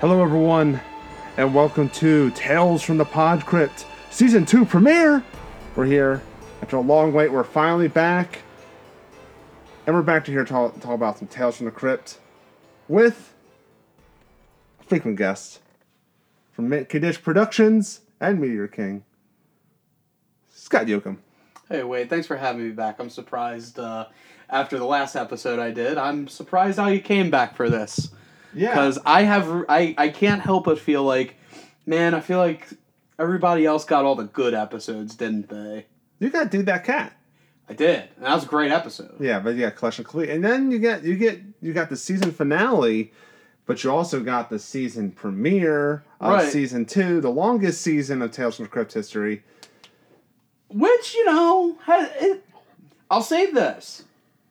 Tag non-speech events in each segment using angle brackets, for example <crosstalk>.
Hello, everyone, and welcome to Tales from the Pod Crypt Season 2 premiere. We're here. After a long wait, we're finally back. And we're back to here to talk, talk about some Tales from the Crypt with a frequent guest from Mint Kadish Productions and Meteor King, Scott Yoakum. Hey, Wade, thanks for having me back. I'm surprised uh, after the last episode I did. I'm surprised how you came back for this. Because I have, I, I can't help but feel like, man, I feel like everybody else got all the good episodes, didn't they? you got Dude That Cat. I did. And that was a great episode. Yeah, but you got Clash of Clans, and then you get you get you got the season finale, but you also got the season premiere of Right. season two, the longest season of Tales from the Crypt history. Which, you know, ha- it, I'll say this.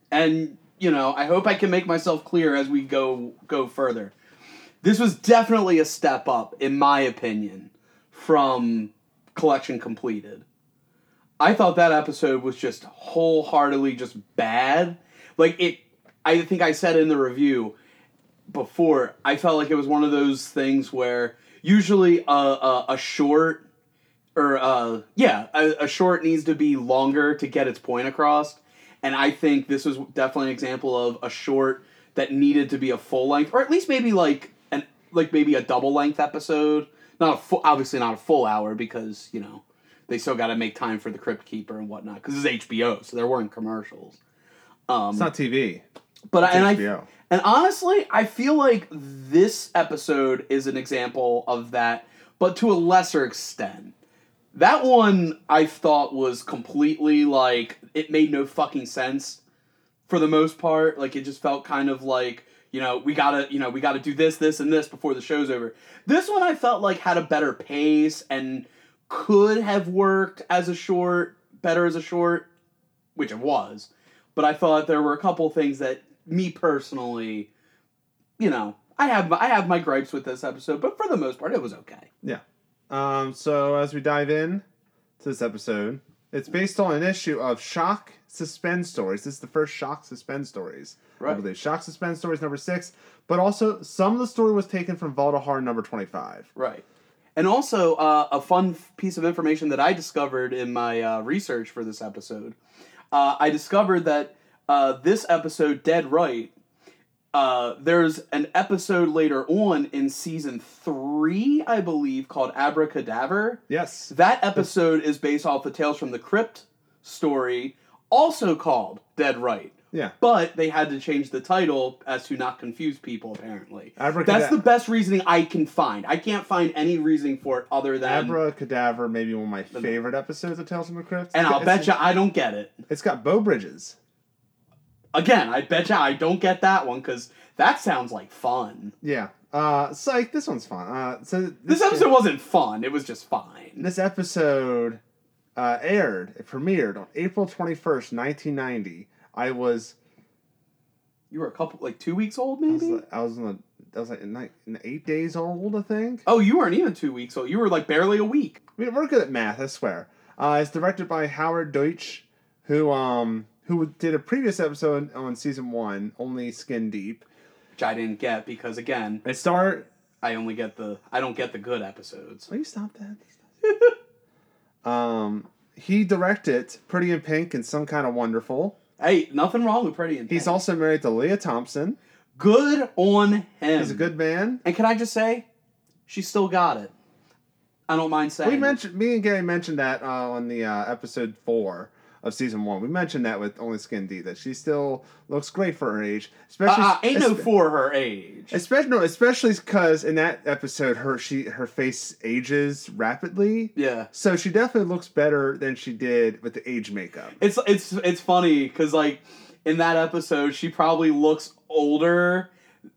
And, you know, I hope I can make myself clear as we go go further. This was definitely a step up, in my opinion, from Collection Completed. I thought that episode was just wholeheartedly just bad. Like it I think I said in the review before, I felt like it was one of those things where usually a, a, a short or uh, yeah, a, a short needs to be longer to get its point across. And I think this was definitely an example of a short that needed to be a full length, or at least maybe like an like maybe a double length episode. Not a full, obviously not a full hour because you know they still got to make time for the Crypt Keeper and whatnot because it's HBO, so there weren't commercials. Um, It's not TV. but I, It's and I HBO. and honestly, I feel like this episode is an example of that, but to a lesser extent. That one I thought was completely like it made no fucking sense for the most part. Like it just felt kind of like, you know, we gotta, you know, we gotta do this, this, and this before the show's over. This one I felt like had a better pace and could have worked as a short, better as a short, which it was. But I thought there were a couple things that me personally, you know, I have I have my gripes with this episode, but for the most part, it was okay. Um, so as we dive in to this episode, it's based on an issue of Shock Suspense Stories. This is the first Shock Suspense Stories, I believe. Shock Suspense Stories number six, but also some of the story was taken from Valdahar number twenty-five. Right. And also, uh, a fun f- piece of information that I discovered in my uh, research for this episode uh, I discovered that uh, this episode, Dead Right, uh, there's an episode later on in season three, I believe, called Abracadaver. Yes. That episode is based off the Tales from the Crypt story, also called Dead Right. Yeah. But they had to change the title as to not confuse people, apparently. Abracada- That's the best reasoning I can find. I can't find any reasoning for it other than. Abracadaver, maybe one of my favorite episodes of Tales from the Crypt. and I'll It's- bet you I don't get it. It's got bow bridges. Again, I bet you I don't get that one because that sounds like fun. Yeah. Uh, psych. This one's fun. Uh, so This episode wasn't fun, it was just fine. This episode uh, aired. It premiered on April twenty first, nineteen ninety. I was. You were a couple, like two weeks old, I was, maybe? like, I was in the. I was like nine, eight days old, I think. Oh, you weren't even two weeks old. You were like barely a week. I mean, we're good at math, I swear. Uh, it's directed by Howard Deutsch, who um who did a previous episode on season one, only skin deep. Which I didn't get because, again, It starred I only get the I don't get the good episodes. Will you stop that? <laughs> um, he directed Pretty in Pink and Some Kind of Wonderful. Hey, nothing wrong with Pretty and He's Pink. also married to Leah Thompson. good on him. He's a good man. And can I just say, she still got it. I don't mind saying. We it. mentioned me and Gary mentioned that uh, on the uh, episode four of season one. We mentioned that with Only Skin D that she still looks great for her age, Uh, especially uh, ain't no espe- for her age. Especially, no, especially because in that episode, her she her face ages rapidly, Yeah. so she definitely looks better than she did with the age makeup. It's it's it's funny because like in that episode, she probably looks older.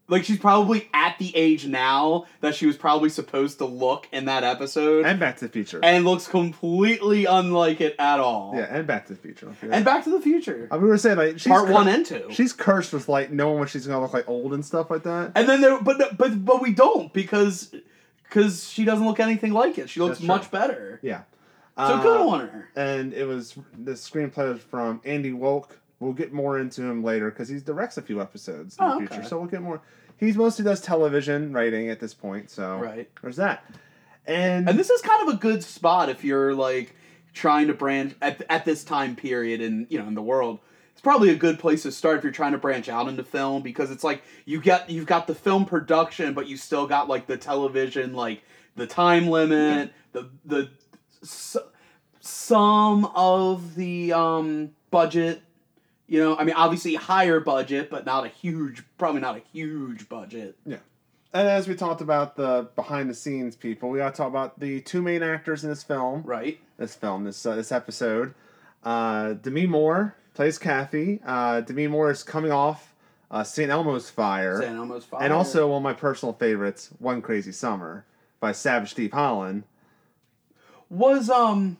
Like she's probably at the age now that she was probably supposed to look in that episode, and, And Back to the Future. looks completely unlike it at all. Yeah, and Back to the Future. Yeah. And Back to the Future, I mean, we were saying like she's part cur- one and two. She's cursed with like knowing what she's gonna look like old and stuff like that. And then there, but but but we don't because because she doesn't look anything like it. She looks That's true. Uh, much better. Yeah. So good on her. And it was the screenplay was from Andy Wolk, We'll get more into him later because he directs a few episodes in Oh, the okay. future. So we'll get more. He mostly does television writing at this point. So Right. there's that. And, And this is kind of a good spot if you're like trying to branch at, at this time period in you know in the world. It's probably a good place to start if you're trying to branch out into film because it's like you get you've got the film production, but you still got like the television, like the time limit, the the s- some of the um, budget. You know, I mean, obviously higher budget, but not a huge, probably not a huge budget. and as we talked about the behind the scenes people, we got to talk about the two main actors in this film. Right. This film, this uh, this episode. Uh, Demi Moore plays Kathy. Uh, Demi Moore is coming off uh, St. Elmo's Fire. San Elmo's Fire. Er, And also one of my personal favorites, One Crazy Summer by Savage Steve Holland. was um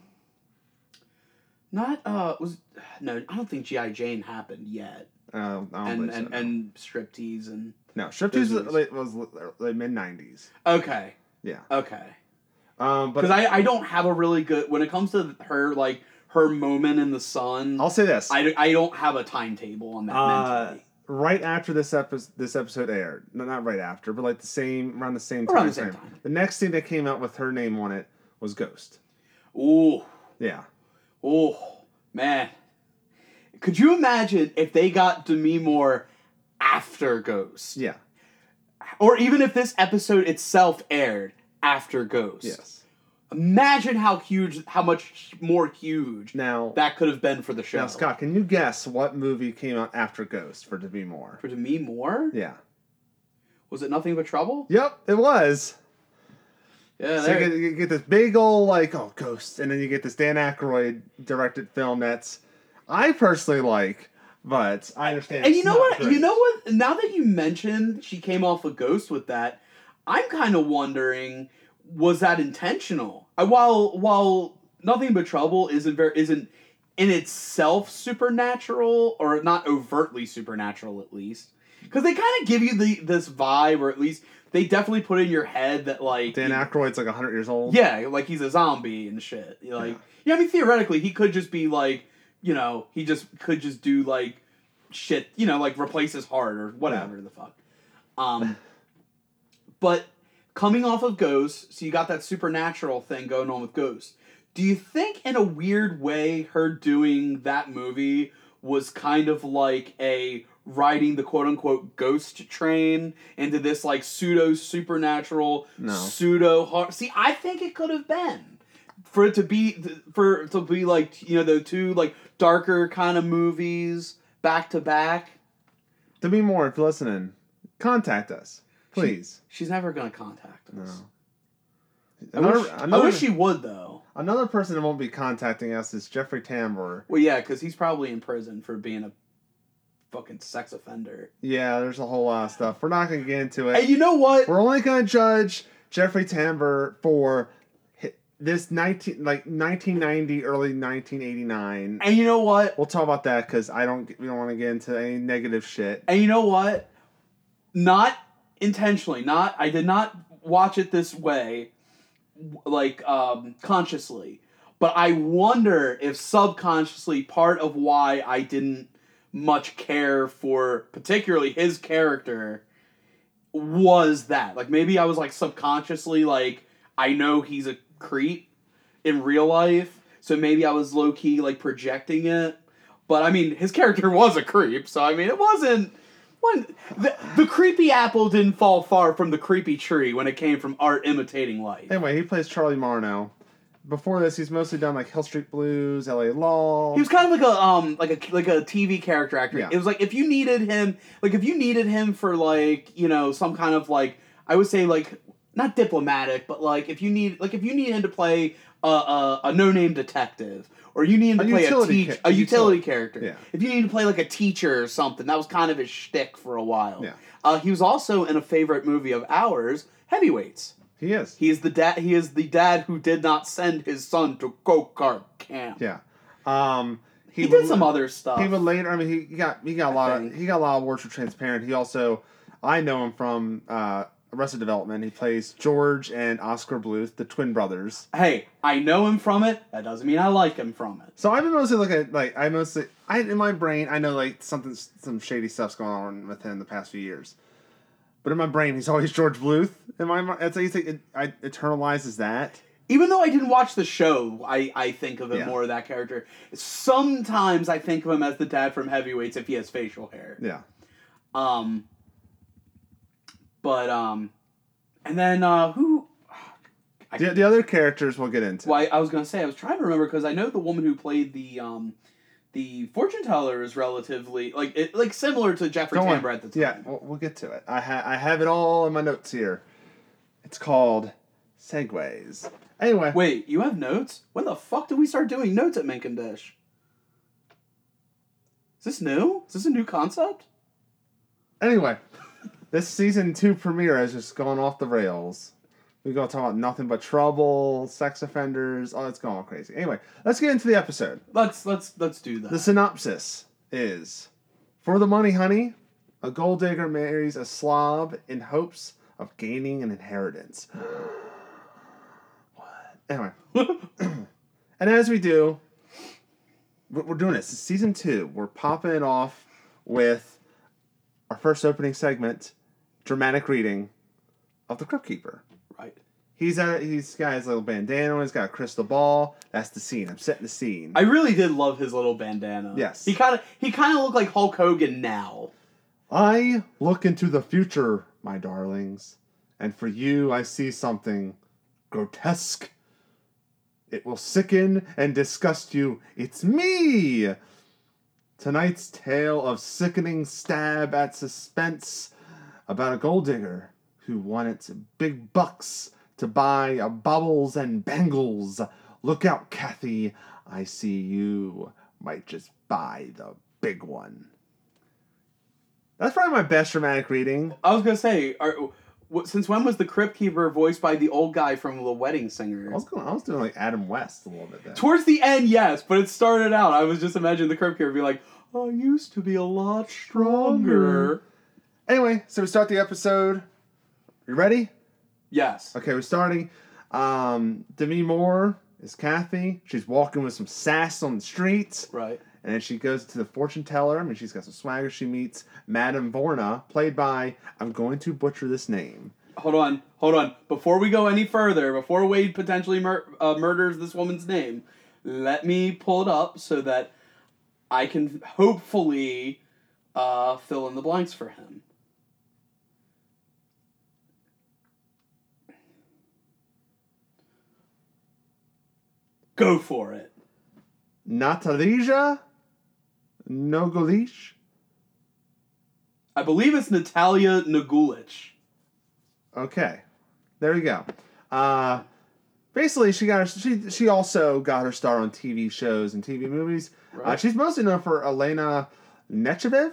not uh was no I don't think GI Jane happened yet Uh, I don't and believe so, and, no. and striptease and no, Striptease those was, late- was late mid '90s. okay Yeah, okay um, but because I I don't have a really good when it comes to her like her moment in the sun I'll say this: I, I don't have a timetable on that Uh, mentally right after this episode, this episode aired. No, not right after, but like the same around the same time. Around the same frame. time. The next thing that came out with her name on it was Ghost. ooh Yeah, oh man could you imagine if they got Demi Moore after Ghost yeah, or even if this episode itself aired after Ghost yes. Imagine how huge, how much more huge Now, that could have been for the show. now, Scott, can you guess what movie came out after Ghost for Demi Moore? For Demi Moore? Yeah. Was it Nothing But Trouble? Yep, it was. Yeah, So you there- get, you get this big old like oh ghost, and then you get this Dan Aykroyd directed film that's I personally like, but I understand. And it's you know not what? great. You know what? Now that you mentioned she came off a ghost with that, I'm kind of wondering was that intentional? I, while while Nothing But Trouble isn't very isn't in itself supernatural or not overtly supernatural at least, because they kind of give you the this vibe or at least they definitely put in your head that like Dan you- Aykroyd's like hundred years old. Yeah, like he's a zombie and shit. Like, yeah. I mean, theoretically, he could just be like, you know, he just could just do like shit, you know, like replace his heart or whatever the fuck. Um, but coming off of Ghost, so you got that supernatural thing going on with Ghost. Do you think, in a weird way, her doing that movie was kind of like a riding the quote unquote ghost train into this like pseudo supernatural No. pseudo horror? See, I think it could have been for it to be for it to be like you know the two like darker kind of movies back to back. Demi Moore, if you're listening, contact us, please. She's never gonna contact us. No. I, Another, wish, I another, wish she would though. another person that won't be contacting us is Jeffrey Tambor. Well, yeah, because he's probably in prison for being a fucking sex offender. Yeah, there's a whole lot of stuff. We're not gonna get into it. And you know what? We're only gonna judge Jeffrey Tambor for hi- this nineteen like nineteen ninety, early nineteen eighty nine. And you know what? We'll talk about that because I don't we don't want to get into any negative shit. And you know what? Not intentionally. Not I did not watch it this way, w- like um, consciously. But I wonder if subconsciously part of why I didn't much care for particularly his character was that. Like maybe I was like subconsciously like I know he's a creep in real life, so maybe I was low key like projecting it. But I mean, his character <laughs> was a creep, so I mean, it wasn't. One, the, the creepy apple didn't fall far from the creepy tree when it came from art imitating life. Anyway, he plays Charlie Marno. Before this, he's mostly done like Hill Street Blues, L.A. Law. He was kind of like a um like a like a TV character actor. Yeah. It was like if you needed him, like if you needed him for like you know some kind of like I would say like not diplomatic, but like if you need like if you need him to play a a, a no name detective or you need him to A play a utility teach cha- a utility utility. character. Yeah. If you need to play like a teacher or something, that was kind of his shtick for a while. Yeah. Uh, he was also in a favorite movie of ours, Heavyweights. he is. He is the dad. He is the dad who did not send his son to go kart camp. yeah. Um. He, did would- some other stuff. He would later. I mean, he he got he got a lot think. of he got a lot of awards for Transparent. He also, I know him from uh, Arrested Development. He plays George and Oscar Bluth, the twin brothers. Hey, I know him from it. That doesn't mean I like him from it. So I've been mostly looking at like I mostly I in my brain I know like something some shady stuff's going on with him the past few years, but in my brain he's always George Bluth. In my mi- it's like it, I eternalizes that. Even though I didn't watch the show, I, I think of him Yeah. more of that character. Sometimes I think of him as the dad from Heavyweights if he has facial hair. Yeah, Um, but um, and then uh, who? I, the, the other characters we'll get into. why I was gonna say I was trying to remember because I know the woman who played the um, the fortune teller is relatively like it, like similar to Jeffrey Don't worry. Tambor at the time. Yeah, we'll, we'll get to it. I ha- I have it all in my notes here. It's called segues. Anyway, Wait, you have notes? When the fuck did we start doing notes at Mencken Dish? Is this new? Is this a new concept? Anyway, this season two premiere has just gone off the rails. We're gonna talk about nothing but trouble, sex offenders, all that's going all crazy. Anyway, let's get into the episode. Let's let's let's do that. The synopsis is For the money, honey, a gold digger marries a slob in hopes of gaining an inheritance. <gasps> what? Anyway. and as we do, we're we're doing this. It's season two. We're popping it off with our first opening segment dramatic reading of The Crypt Keeper. right. He's, a, he's got his little bandana, he's got a crystal ball. That's the scene. I'm setting the scene. I really did love his little bandana. Yes. He kind of he kind of looked like Hulk Hogan now. I look into the future, my darlings, and for you I see something grotesque. It will sicken and disgust you. It's me! Tonight's tale of sickening stab at suspense about a gold digger who wanted big bucks to buy a baubles and bangles. Look out, Kathy. I see you might just buy the big one. That's probably my best dramatic reading. I was gonna say, are, w- since when was the Crypt Keeper voiced by the old guy from The Wedding Singer? I was going, I was doing like Adam West a little bit there. Towards the end, yes, but it started out. I was just imagining the Crypt Keeper be like, "I used to be a lot stronger." Anyway, so we start the episode. You ready? Yes. Okay, we're starting. Um, Demi Moore is Kathy. She's walking with some sass on the streets, Right. and then she goes to the fortune teller. I mean, she's got some swagger. She meets Madame Vorna, played by I'm going to butcher this name. Hold on. Hold on. Before we go any further, before Wade potentially mur- uh, murders this woman's name, let me pull it up so that I can hopefully uh, fill in the blanks for him. Go for it. Natalija Nogolish. I believe it's Natalia Nagulich. Okay, there you go. Uh, basically, she got her, she she also got her star on TV shows and TV movies. Uh, Right. she's mostly known for Elena Nechevev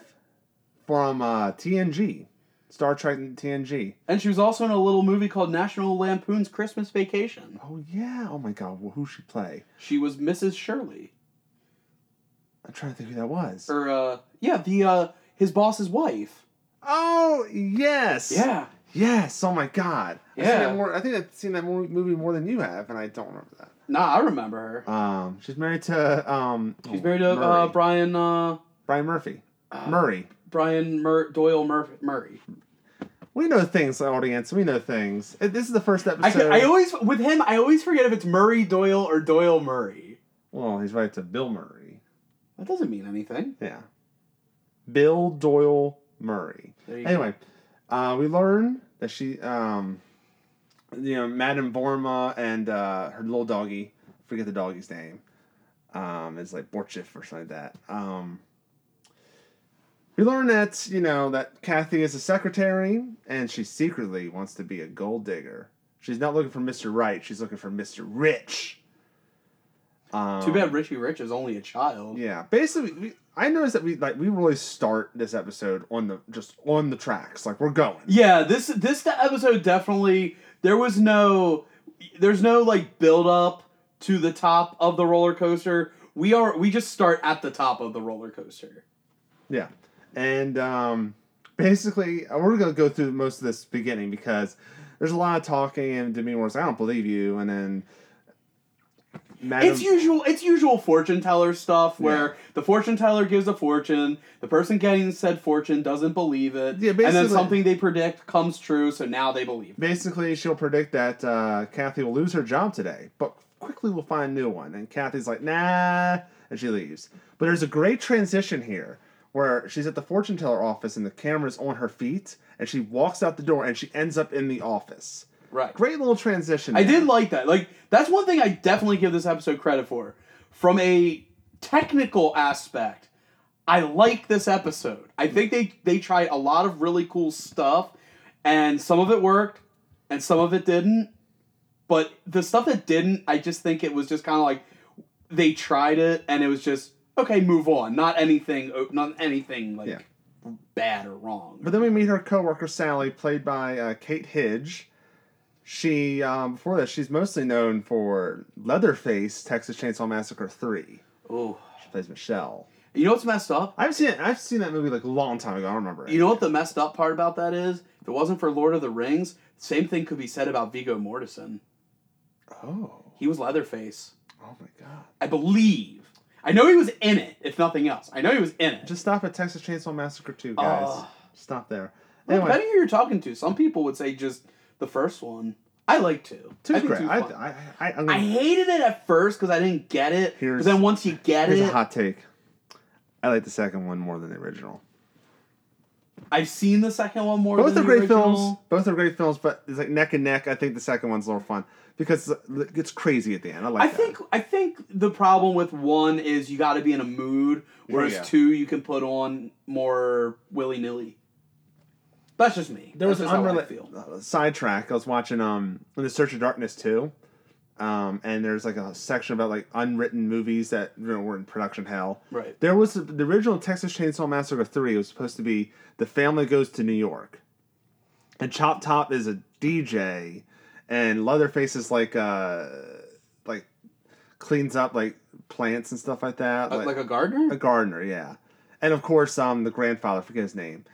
from uh, TNG, Star Trek and TNG. And she was also in a little movie called National Lampoon's Christmas Vacation. Oh yeah! Oh my God! Well, who she play? She was Mrs. Shirley. I'm trying to think who that was. or uh yeah the uh his boss's wife Oh yes. yeah Yes. Oh my God. I've seen Yeah. that more- I think I've seen that mo- movie more than you have, and I don't remember that. nah i remember her Um, she's married to um. she's married to uh, Murray. brian uh Brian Murphy. uh, Murray. brian Mur- doyle Mur- murray We know things, audience. We know things. Uh, This is the first episode. I, could- I always with him i always forget if it's murray doyle or doyle murray well, he's right to Bill Murray. that doesn't mean anything Yeah. Bill Doyle Murray. there you go. Anyway, uh, we learn that she, um, you know, Madame Borma and uh, her little doggy, forget the doggy's name, um, it's like Borchif or something like that. Um, we learn that, you know, that Kathy is a secretary and she secretly wants to be a gold digger. She's not looking for Mr. Right, she's looking for Mr. Rich. Um, too bad richie rich is only a child yeah, basically, we, I noticed that we like we really start this episode on the just on the tracks, like we're going. yeah this this episode definitely there was no there's no like build up to the top of the roller coaster we are we just start at the top of the roller coaster Yeah, and um, basically, uh, we're gonna go through most of this beginning because there's a lot of talking and Demi Moore's I don't believe you, and then Madam, It's usual. It's usual fortune teller stuff where the fortune teller gives a fortune, the person getting said fortune doesn't believe it, Yeah, and then basically- something they predict comes true, so now they believe. it. basically she'll predict that uh, Kathy will lose her job today, but quickly will find a new one. And Kathy's like, nah, and she leaves. But there's a great transition here where she's at the fortune teller office and the camera's on her feet, and she walks out the door and she ends up in the office. Right. Great little transition. I there. did like that. Like that's one thing I definitely give this episode credit for. From a technical aspect, I like this episode. I think they they tried a lot of really cool stuff and some of it worked and some of it didn't. But the stuff that didn't, I just think it was just kind of like they tried it and it was just okay, move on. Not anything not anything like Yeah. bad or wrong. But then we meet her coworker Sally, played by uh, Kate Hedge. She um, before that, she's mostly known for Leatherface, Texas Chainsaw Massacre Three. Oh. She plays Michelle. You know what's messed up? I've seen it, I've seen that movie like a long time ago. I don't remember it. You know what the messed up part about that is? If it wasn't for Lord of the Rings, same thing could be said about Vigo Mortensen. oh, He was Leatherface. oh my God! I believe. I know he was in it, if nothing else. I know he was in it. Just stop at Texas Chainsaw Massacre Two, guys. Oh. stop there. Well, Anyway, Depending who you're talking to, some people would say just the first one. I like two. I two's think great. two's I, fun. I, I, I'm I gonna, hated it at first because I didn't get it. Here's- but then once you get here's a it, hot take. I like the second one more than the original. I've seen the second one more. Both than are the great original. films. Both are great films, but it's like neck and neck. I think the second one's a little fun because it gets crazy at the end. I like. I that. think I think the problem with one is you got to be in a mood, whereas yeah. two you can put on more willy nilly. That's just me. there was an That's just how I unrelated feel. Uh, sidetrack. I was watching um in the Search of Darkness too, um and there's like a section about like unwritten movies that you know, were in production hell. Right. There was the original Texas Chainsaw Massacre three was supposed to be the family goes to New York, and Chop Top is a DJ, and Leatherface is like uh like cleans up like plants and stuff like that. Like, Uh, like- a gardener? a gardener, yeah. And of course, um, the grandfather, I forget his name,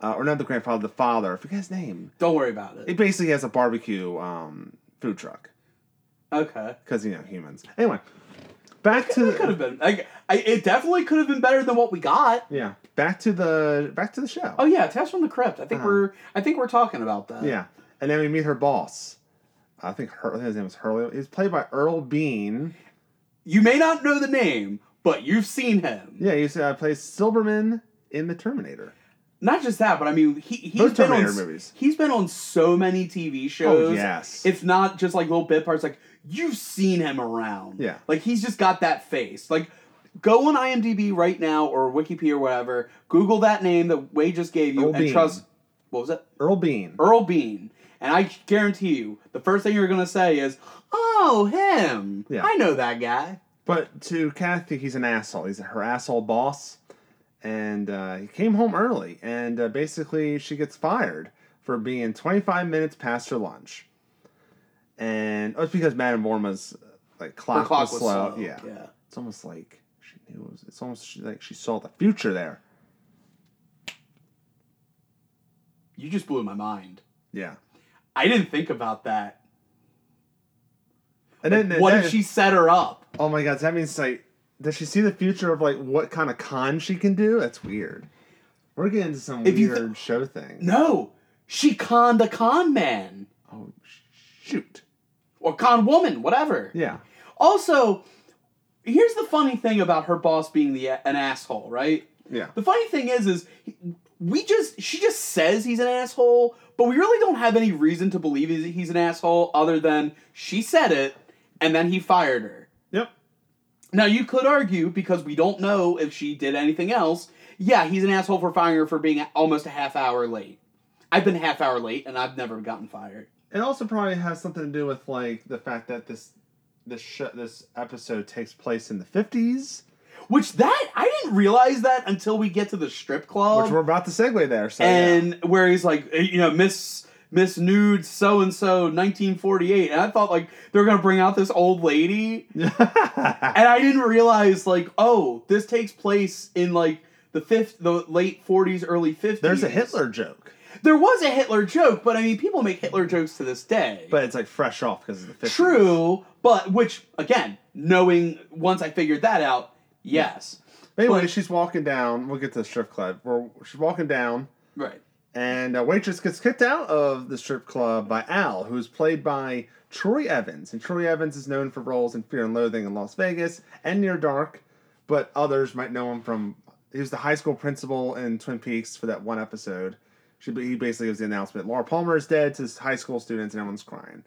uh, or not the grandfather, the father, I forget his name. Don't worry about it. It basically has a barbecue um, food truck Okay. because you know humans. Anyway, back to It could have been. Like, I, it definitely could have been better than what we got. yeah, back to the back to the show. Oh yeah, Tales from the Crypt. I think Uh-huh. we're I think we're talking about that. Yeah, and then we meet her boss. I think her I think his name was Hurley. He's played by Earl Bean. You may not know the name, but you've seen him. Yeah, he uh, plays Silverman in the Terminator. Not just that, but I mean he he's Both been on Terminator s- movies. he's been on so many TV shows. Oh yes, it's not just like little bit parts like you've seen him around Yeah. like he's just got that face like go on imdb right now or wikipedia or whatever google that name that wade just gave you Earl and Bean. trust what was that Earl Bean. earl bean and i guarantee you the first thing you're gonna say is oh him Yeah. i know that guy But to Kathy, he's an asshole. He's her asshole boss. And uh, he came home early, and uh, basically she gets fired for being 25 minutes past her lunch. And oh, it's because Madame Vorma's uh, like The clock, was, slow. Yeah. yeah it's almost like she knew. It was, it's almost she, like she saw the future there. you just blew my mind Yeah, i didn't think about that and then what then, if she set her up Oh my God, so that means like, does she see the future of like what kind of con she can do? That's weird. We're getting into some If you weird show thing. no she conned a con man Oh sh- shoot. or con woman whatever Yeah. Also, here's the funny thing about her boss being the an asshole, right? Yeah. The funny thing is, is we just she just says he's an asshole, but we really don't have any reason to believe he's, he's an asshole other than she said it and then he fired her. Yep. Now you could argue because we don't know if she did anything else. Yeah, he's an asshole for firing her for being almost a half hour late. I've been a half hour late and I've never gotten fired. It also probably has something to do with like the fact that this this sh- this episode takes place in the fifties, Which that I didn't realize that until we get to the strip club. which we're about to segue there. So yeah. and where he's like, eh, you know, Miss Miss Nude so and so, 1948, and I thought like they were gonna bring out this old <laughs> lady, and I didn't realize like, oh, this takes place in like the fifth, the late forties, early fifties. There's a Hitler joke, There was a Hitler joke, but I mean, people make Hitler jokes to this day. but it's like fresh off because of the 50s. True, but which again, knowing once I figured that out, yes, Anyway, But- she's walking down. We'll get to the strip club. Where she's walking down, right, and a waitress gets kicked out of the strip club by Al, who's played by Troy Evans. And Troy Evans is known for roles in Fear and Loathing in Las Vegas and Near Dark, but others might know him from he was the high school principal in Twin Peaks for that one episode. She, he basically gives the announcement: Laura Palmer is dead to his high school students, and everyone's crying.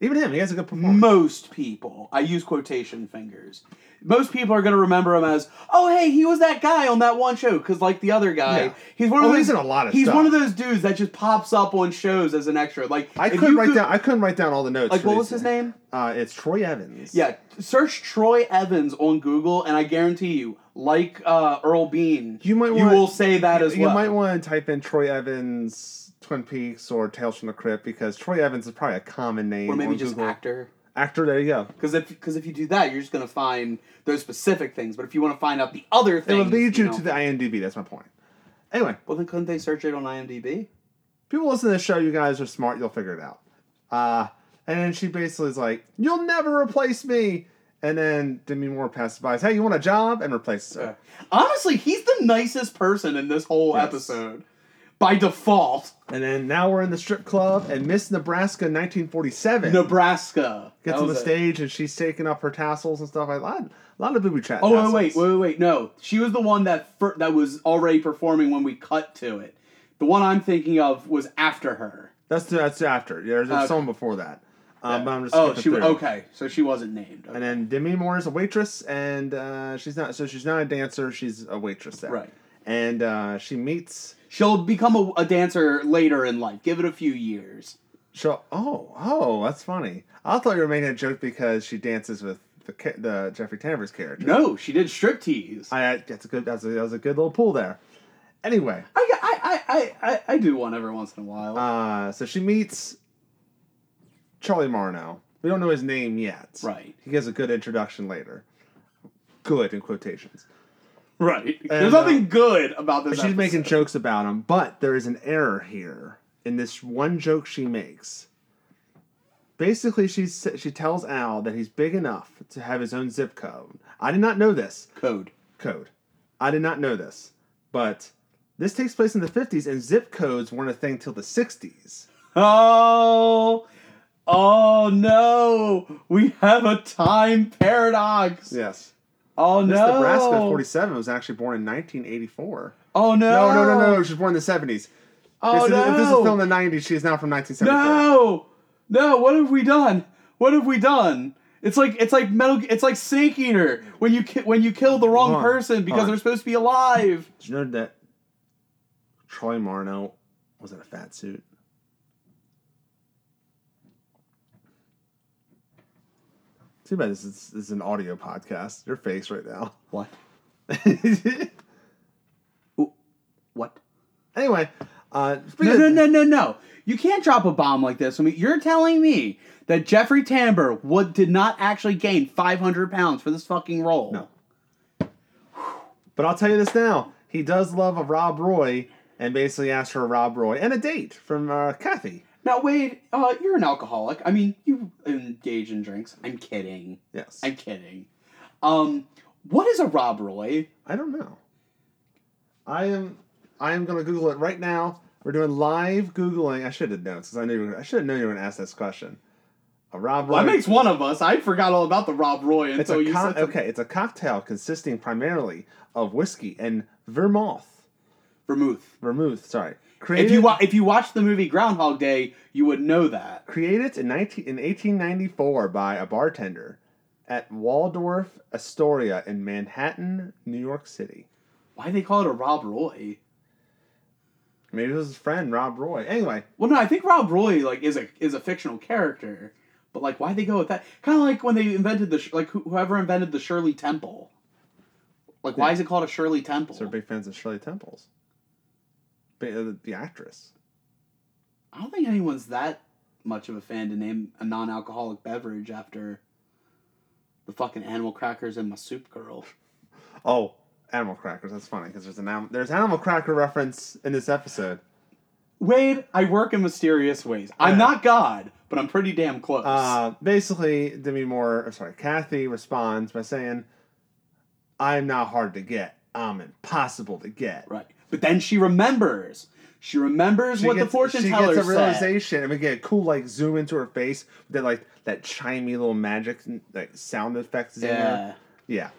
Even him, he has a good performance. most people, I use quotation fingers. Most people are going to remember him as, oh hey, he was that guy on that one show because like the other guy, Yeah. he's one of Oh, those. he's in a lot of He's stuff. one of those dudes that just pops up on shows as an extra. Like I if couldn't you write down. I couldn't write down all the notes. Like for what these was his things. name? Uh, it's Troy Evans. Yeah, search Troy Evans on Google, and I guarantee you, like uh, Earl Bean, You might you want- will say that as you well. might want to type in Troy Evans, Twin Peaks, or Tales from the Crypt because Troy Evans is probably a common name. or maybe on just Google. actor. Actor, there you go. Because if because if you do that, you're just gonna find those specific things. But if you want to find out the other It things, would lead you know- to the IMDb. That's my point. Anyway, Well, then couldn't they search it on IMDb? people listen to this show. You guys are smart. You'll figure it out. Uh, and then she basically is like, "You'll never replace me." And then Demi Moore passes by. Says, hey, you want a job? And replaces her. Honestly, he's the nicest person in this whole Yes. episode by default. And then now we're in the strip club, and Miss Nebraska 1947 Nebraska gets That on the was it. stage, and she's taking up her tassels and stuff. like that. A lot, a lot of booby chat. Oh tassels. wait, wait, wait, wait! No, she was the one that fir- that was already performing when we cut to it. The one I'm thinking of was after her. That's that's after. Yeah, There's, there's Ah, Okay. someone before that. Um, but I'm just oh, skipping she was through. okay, so she wasn't named. And then Demi Moore is a waitress, and uh, she's not. So she's not a dancer. She's a waitress there. Right. And uh, she meets. She'll become a, a dancer later in life. Give it a few years. She will oh oh that's funny. I thought you were making a joke because she dances with the ca- the Jeffrey Tambors character. No, she did striptease. I, I- that's a good that's a, that was a good little pull there. Anyway, I, I, I, I, I do one every once in a while. uh, so she meets Charlie Marno. We don't know his name yet. right. He gives a good introduction later. Good in quotations. Right. And, uh, There's nothing good about this. But she's making episode. jokes about him, but there is an error here in this one joke she makes. Basically, she sa- she tells Al that he's big enough to have his own zip code. I did not know this code. code. I did not know this, but this takes place in the fifties, and zip codes weren't a thing till the sixties. Oh, oh no! We have a time paradox. Yes, Oh Miss no! Nebraska forty-seven was actually born in nineteen eighty-four. Oh no! No, no, no, no, no. She was born in the seventies. Oh if, no! this is filmed in the nineties, she is now from nineteen seventy-four. no, no! What have we done? What have we done? It's like it's like metal. It's like Snake Eater when you ki- when you kill the wrong Hold on, person because hold on. they're supposed to be alive. Did you know that Charlie Marno was in a fat suit? Too bad this is, this is an audio podcast. Your face right now. <laughs> What? What? anyway, uh, No, speaking no, of- no, no, no. You can't drop a bomb like this. I mean, you're telling me that Jeffrey Tambor would, did not actually gain 500 pounds for this fucking role. No. But I'll tell you this now. He does love a Rob Roy and basically asked for a Rob Roy and a date from uh, Kathy. Now, Wade, uh, you're an alcoholic. I mean, you engage in drinks. I'm kidding. Yes. I'm kidding. Um, what is a Rob Roy? I don't know. I am. I am gonna Google it right now. We're doing live googling. I should have known because I knew. You were, I should have known you were gonna ask this question. A Rob Roy. Well, that makes one of us. I forgot all about the Rob Roy it's until a you co- said okay. It's a cocktail consisting primarily of whiskey and vermouth. vermouth. Vermouth. Sorry. Created, If you wa- if you watch the movie Groundhog Day, you would know that. created in 19, in 1894 by a bartender at Waldorf Astoria in Manhattan, New York City. Why they call it a Rob Roy? Maybe it was his friend Rob Roy. Anyway, Well, no, I think Rob Roy like is a is a fictional character, but like why they go with that? Kind of like when they invented the sh- like who- whoever invented the Shirley Temple. Like why is it called a Shirley Temple? so we're big fans of Shirley Temples, Ba- uh, the actress. I don't think anyone's that much of a fan to name a non-alcoholic beverage after the fucking animal crackers and my soup girl. Oh, animal crackers. That's funny because there's an anim- there's animal cracker reference in this episode. Wade, I work in mysterious ways. I'm Yeah. not God, but I'm pretty damn close. Uh, basically, Demi Moore, or sorry, Kathy responds by saying, "I'm not hard to get. I'm impossible to get." right. But then she remembers. She remembers She what gets- the fortune she teller gets a said. realization, and we get a cool like zoom into her face that like that chimey little magic like sound effects. is in there. Yeah.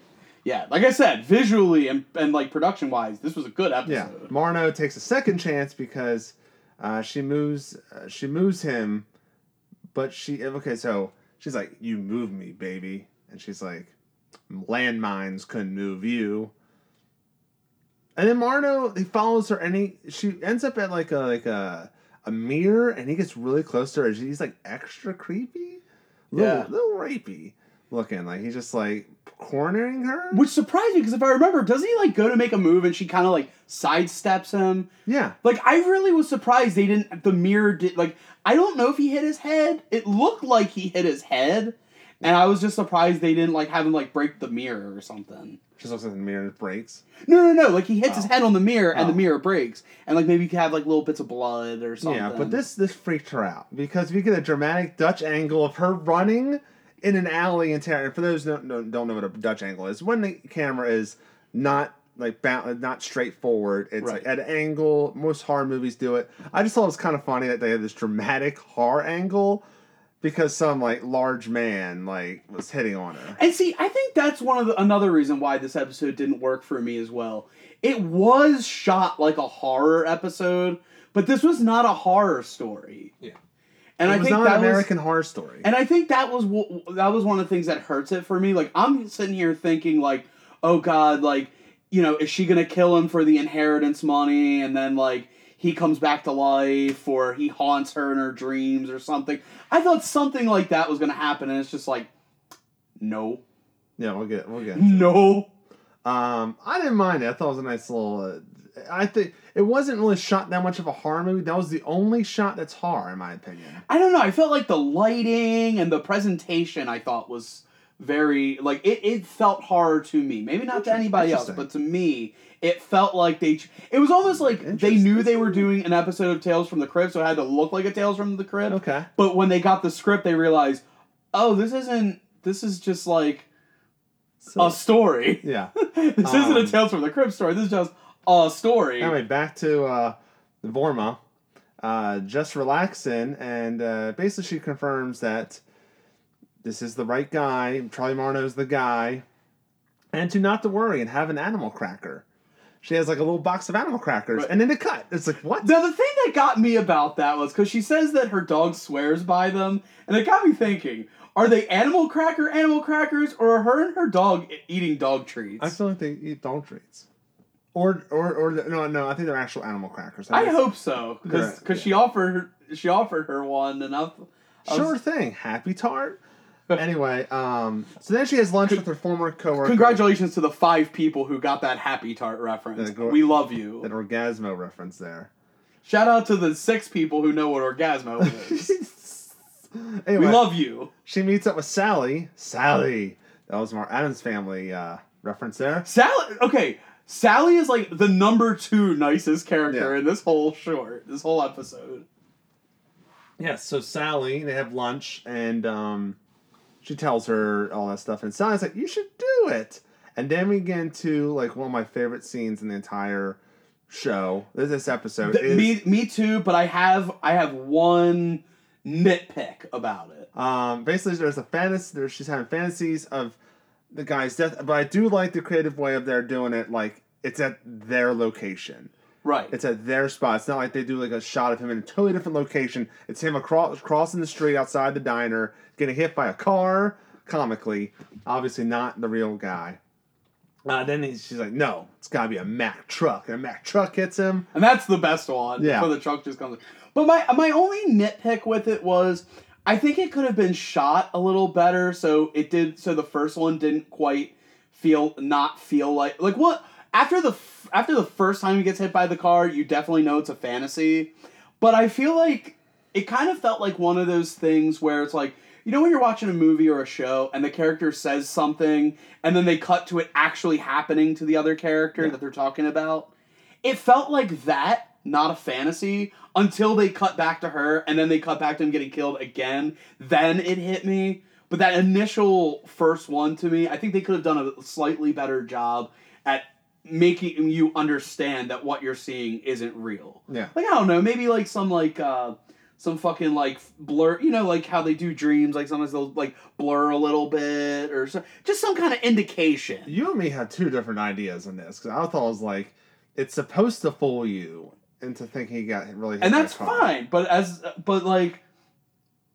yeah, Yeah. Like I said, visually and, and like production wise, this was a good yeah. episode. Marno takes a second chance because uh, she moves uh, she moves him, but she okay. So she's like, "You move me, baby," and she's like, "Landmines couldn't move you." And then Marno he follows her, and he she ends up at like a like a a mirror, and he gets really close to her. and He's like extra creepy, little Yeah. little rapey looking. Like he's just like cornering her. Which surprised me because if I remember, doesn't he like go to make a move and she kind of like sidesteps him? Yeah, Like I really was surprised they didn't. The mirror did. Like I don't know if he hit his head. It looked like he hit his head, and I was just surprised they didn't like have him like break the mirror or something. she looks in the mirror and it breaks. No, no, no. Like he hits his Oh. head on the mirror, and the Oh. mirror breaks, and like maybe you could have like little bits of blood or something. Yeah, but this this freaked her out because we get a dramatic Dutch angle of her running in an alley in Tehran. For those who don't, don't know what a Dutch angle is, when the camera is not like bound, not straightforward, it's Right. like at an angle. Most horror movies do it. I just thought it was kind of funny that they had this dramatic horror angle because some like large man like was hitting on her. And see, I think that's one of the, another reason why this episode didn't work for me as well. It was shot like a horror episode, but this was not a horror story. Yeah. And it I was think not that an was, American Horror Story. and I think that was wh- that was one of the things that hurts it for me. Like I'm sitting here thinking like, oh god, like you know, is she gonna kill him for the inheritance money, and then like he comes back to life, or he haunts her in her dreams, or something. I thought something like that was gonna happen, and it's just like, no, yeah, we'll get we'll <laughs> get. no. Um, I didn't mind it. I thought it was a nice little. Uh, I think it wasn't really shot that much of a horror movie. That was the only shot that's horror, in my opinion. I don't know. I felt like the lighting and the presentation I thought was very like it, it felt horror to me. Maybe not to Inter- anybody else, interesting. but to me, it felt like they it was almost like they Interesting. knew they were doing an episode of Tales from the Crypt, so it had to look like a Tales from the Crypt. Okay. But when they got the script they realized, oh, this isn't this is just like So, a story. <laughs> yeah. this isn't a um, Tales from the Crypt story, this is just a story. Anyway, back to uh, Vorma. Uh, just relaxing, and uh, basically she confirms that this is the right guy. Charlie Marno's the guy, and to not to worry and have an animal cracker. She has like a little box of animal crackers, Right. and then it cut. It's like what? Now the thing that got me about that was because she says that her dog swears by them, and it got me thinking: Are they animal cracker animal crackers, or are her and her dog e- eating dog treats? I feel like they eat dog treats. Or, or, or no, no. I think they're actual animal crackers. I mean, hope so, because Correct, she offered her, she offered her one, and I, I Sure was- thing. Happy <laughs> tart. anyway, um, so then she has lunch with her former coworker. Congratulations to the five people who got that Happy Tart reference. Yeah, go- we love That you. orgasmo reference <laughs> there. Shout out to the six people who know what orgasmo <laughs> is. we anyway, love you. she meets up with Sally. Sally. That was more Adams family uh, reference there. Sally, okay, Sally is like the number two nicest character Yeah. in this whole short, this whole episode. Yeah, so Sally, they have lunch, and um, she tells her all that stuff, and Sally's like, "You should do it." And then we get into like one of my favorite scenes in the entire show. This, this episode Th- is me, me too, but I have I have one nitpick about it. um, basically there's a fantasy. There, she's having fantasies of the guy's death, but I do like the creative way of they're doing it. Like it's at their location. Right. It's at their spot. It's not like they do like a shot of him in a totally different location. It's him across crossing the street outside the diner, getting hit by a car, comically. Obviously not the real guy. Uh, then he- she's like, "No, it's got to be a Mack truck." And a Mack truck hits him. and that's the best one. Yeah. Before the truck just comes. But my my only nitpick with it was I think it could have been shot a little better, so it did. So the first one didn't quite feel not feel like like what after the f- after the first time he gets hit by the car, you definitely know it's a fantasy. But I feel like it kind of felt like one of those things where it's like You know when you're watching a movie or a show and the character says something and then they cut to it actually happening to the other character that they're talking about? It felt like that, not a fantasy, until they cut back to her and then they cut back to him getting killed again. Then it hit me. But that initial first one to me, I think they could have done a slightly better job at making you understand that what you're seeing isn't real. Yeah. Like I don't know, maybe like some like uh some fucking like blur, you know, like how they do dreams. Like sometimes they'll like blur a little bit or so, just some kind of indication. You and me had two different ideas in this because I thought it was like it's supposed to fool you into thinking he got really hit. And by a that's car. fine, but as but like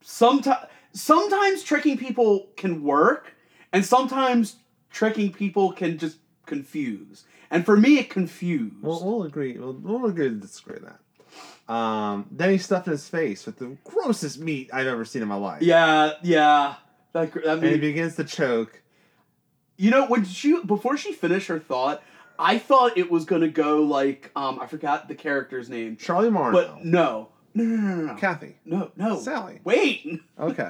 sometimes sometimes tricking people can work, and sometimes tricking people can just confuse. And for me, it confused. We'll, we'll agree. We'll, we'll agree to disagree on that. Um, then he stuffed his face with the grossest meat I've ever seen in my life. yeah, yeah. That, gr- that And he made begins to choke. You know, when she before she finished her thought, I thought it was gonna go like um I forgot the character's name, Charlie Marlowe. but no, no, no, no, no, no, Kathy. no, no. Sally. Wait, <laughs> Okay.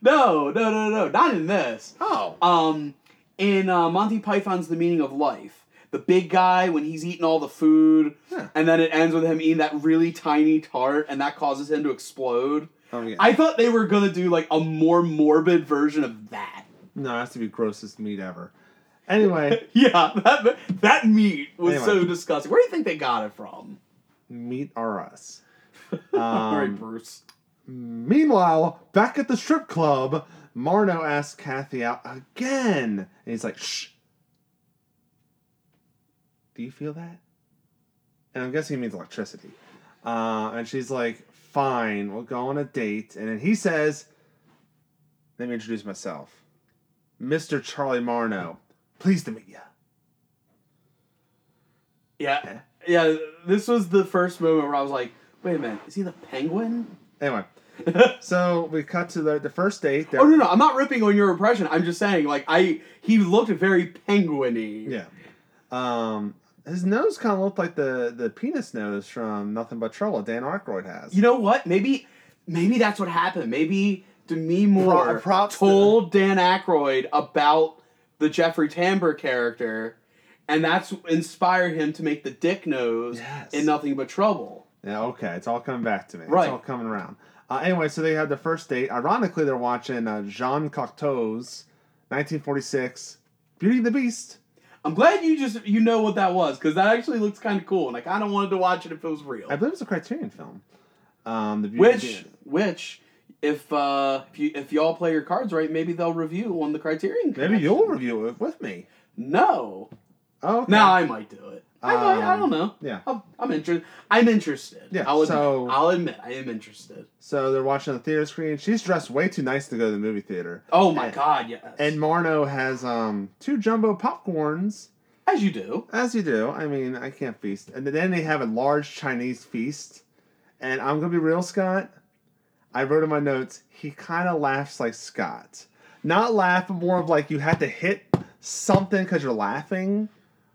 no, no, no, no, not in this. oh. Um, in uh, Monty Python's The Meaning of Life, the big guy when he's eating all the food, Yeah. and then it ends with him eating that really tiny tart, and that causes him to explode. Oh yeah. I thought they were gonna do like a more morbid version of that. <laughs> no, it has to be grossest meat ever. <laughs> Anyway, Yeah, that that meat was so Anyway. disgusting. Where do you think they got it from? meat are us. All right, Um, Bruce. Meanwhile, back at the strip club, Marno asks Kathy out again. And he's like, shh. Do you feel that? And I'm guessing he means electricity. Uh, and she's like, fine, we'll go on a date. And then he says, let me introduce myself. Mr. Charlie Marno, pleased to meet you. Eh? Yeah, yeah. This was the first moment where I was like, "Wait a minute, is he the penguin?" Anyway, <laughs> oh so we cut to the, the first date. They're- no, no. I'm not ripping on your impression. I'm just saying, like, I he looked very penguiny. Yeah. Um, his nose kind of looked like the the penis nose from Nothing But Trouble. Dan Aykroyd has. You know what? Maybe, maybe that's what happened. Maybe Demi Moore props to- told Dan Aykroyd about the Jeffrey Tambor character, and that's inspired him to make the dick nose Yes. in Nothing But Trouble. yeah. Okay, it's all coming back to me. Right. It's all coming around. Uh, anyway, so they had the first date. Ironically, they're watching uh, Jean Cocteau's 1946 Beauty and the Beast. I'm glad you just you know what that was because that actually looks kind of cool, and I kind of wanted to watch it if it was real. I believe it's a Criterion film. Um, the Beauty and the Which, Beast. which, if uh, if you if y'all play your cards right, maybe they'll review on the Criterion. Maybe Connection. you'll review it with me. No, Oh, okay. no, I might do it. I might. I Um, don't know. yeah. I'm, I'm interested. I'm interested. Yeah, I'll admit, so- I'll admit I am interested. So they're watching the theater screen. She's dressed way too nice to go to the movie theater. Oh my And- god, yes. And Marno has um, two jumbo popcorns as you do. As you do. I mean, I can't feast. And then they have a large Chinese feast. And I'm going to be real, Scott. I wrote in my notes, he kind of laughs like Scott. Not laugh, but more of like you had to hit something because you're laughing.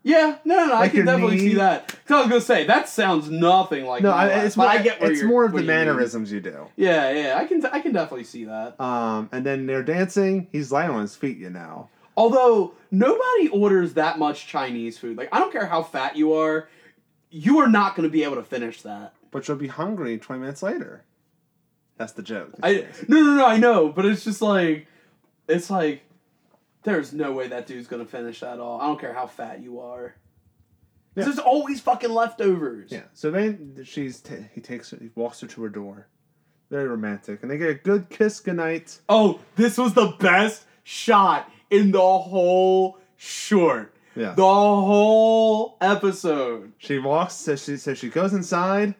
Yeah, no, no, no I Like can your definitely knee? see that. 'Cause I was gonna say that sounds nothing like. No, my I, life, it's but more, I get where it's you're- more of what the you mean. mannerisms you do. Yeah, yeah, I can, I can definitely see that. Um, and then they're dancing. He's lying on his feet, you know. Although nobody orders that much Chinese food. Like I don't care how fat you are, you are not gonna be able to finish that. But you'll be hungry 20 minutes later. That's the joke. I no no no I know, but it's just like it's like there's no way that dude's gonna finish that all. I don't care how fat you are. 'Cause Yeah. There's always fucking leftovers. Yeah. So then she's t- he takes her, he walks her to her door, very romantic, and they get a good kiss goodnight. Oh, this was the best shot in the whole short. Yeah. The whole episode. She walks, so she so she goes inside,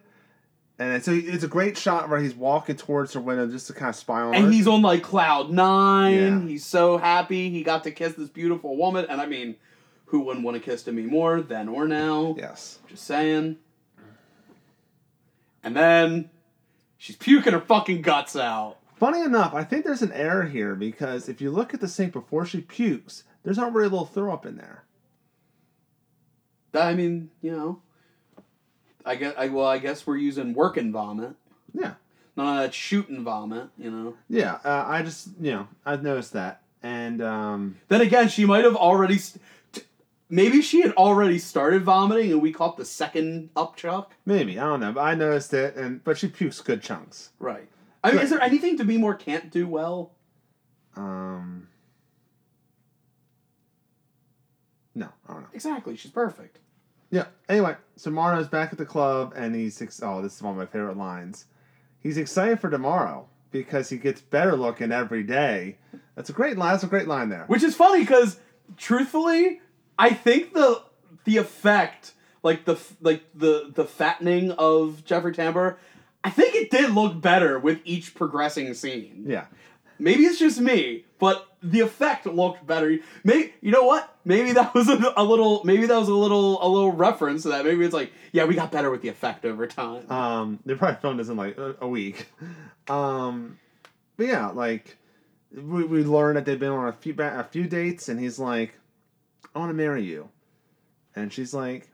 and so it's a great shot where he's walking towards her window just to kind of spy on her. And he's on like cloud nine. Yeah. He's so happy he got to kiss this beautiful woman. And I mean, who wouldn't want to kiss Demi Moore then or now? yes. Just saying. And then she's puking her fucking guts out. Funny enough, I think there's an error here because if you look at the sink before she pukes, there's already a little throw up in there. That- I mean, you know, I guess. I well, I guess we're using working vomit. Yeah. None of that shooting vomit, you know. Yeah, uh, I just you know I've noticed that, and um, Then again, she might have already. St- t- maybe she had already started vomiting and we caught the second upchuck. maybe I don't know, but I noticed it, and but she pukes good chunks. Right. I mean, is there anything to be more can't do well? Um, no, I don't know. Exactly. She's perfect. Yeah. Anyway, so Marno's back at the club, and he's ex- oh, this is one of my favorite lines. He's excited for tomorrow because he gets better looking every day. That's a great line. That's a great line there. Which is funny because, truthfully, I think the the effect, like the f- like the the fattening of Jeffrey Tambor, I think it did look better with each progressing scene. Yeah. Maybe it's just me, but the effect looked better. Maybe you know what? Maybe that was a, a little. Maybe that was a little. A little reference to that. Maybe it's like, yeah, we got better with the effect over time. Um, they probably filmed this in like a, a week. <laughs> Um, but yeah, like we, we learned that they've been on a few ba- a few dates, and he's like, "I want to marry you," and she's like,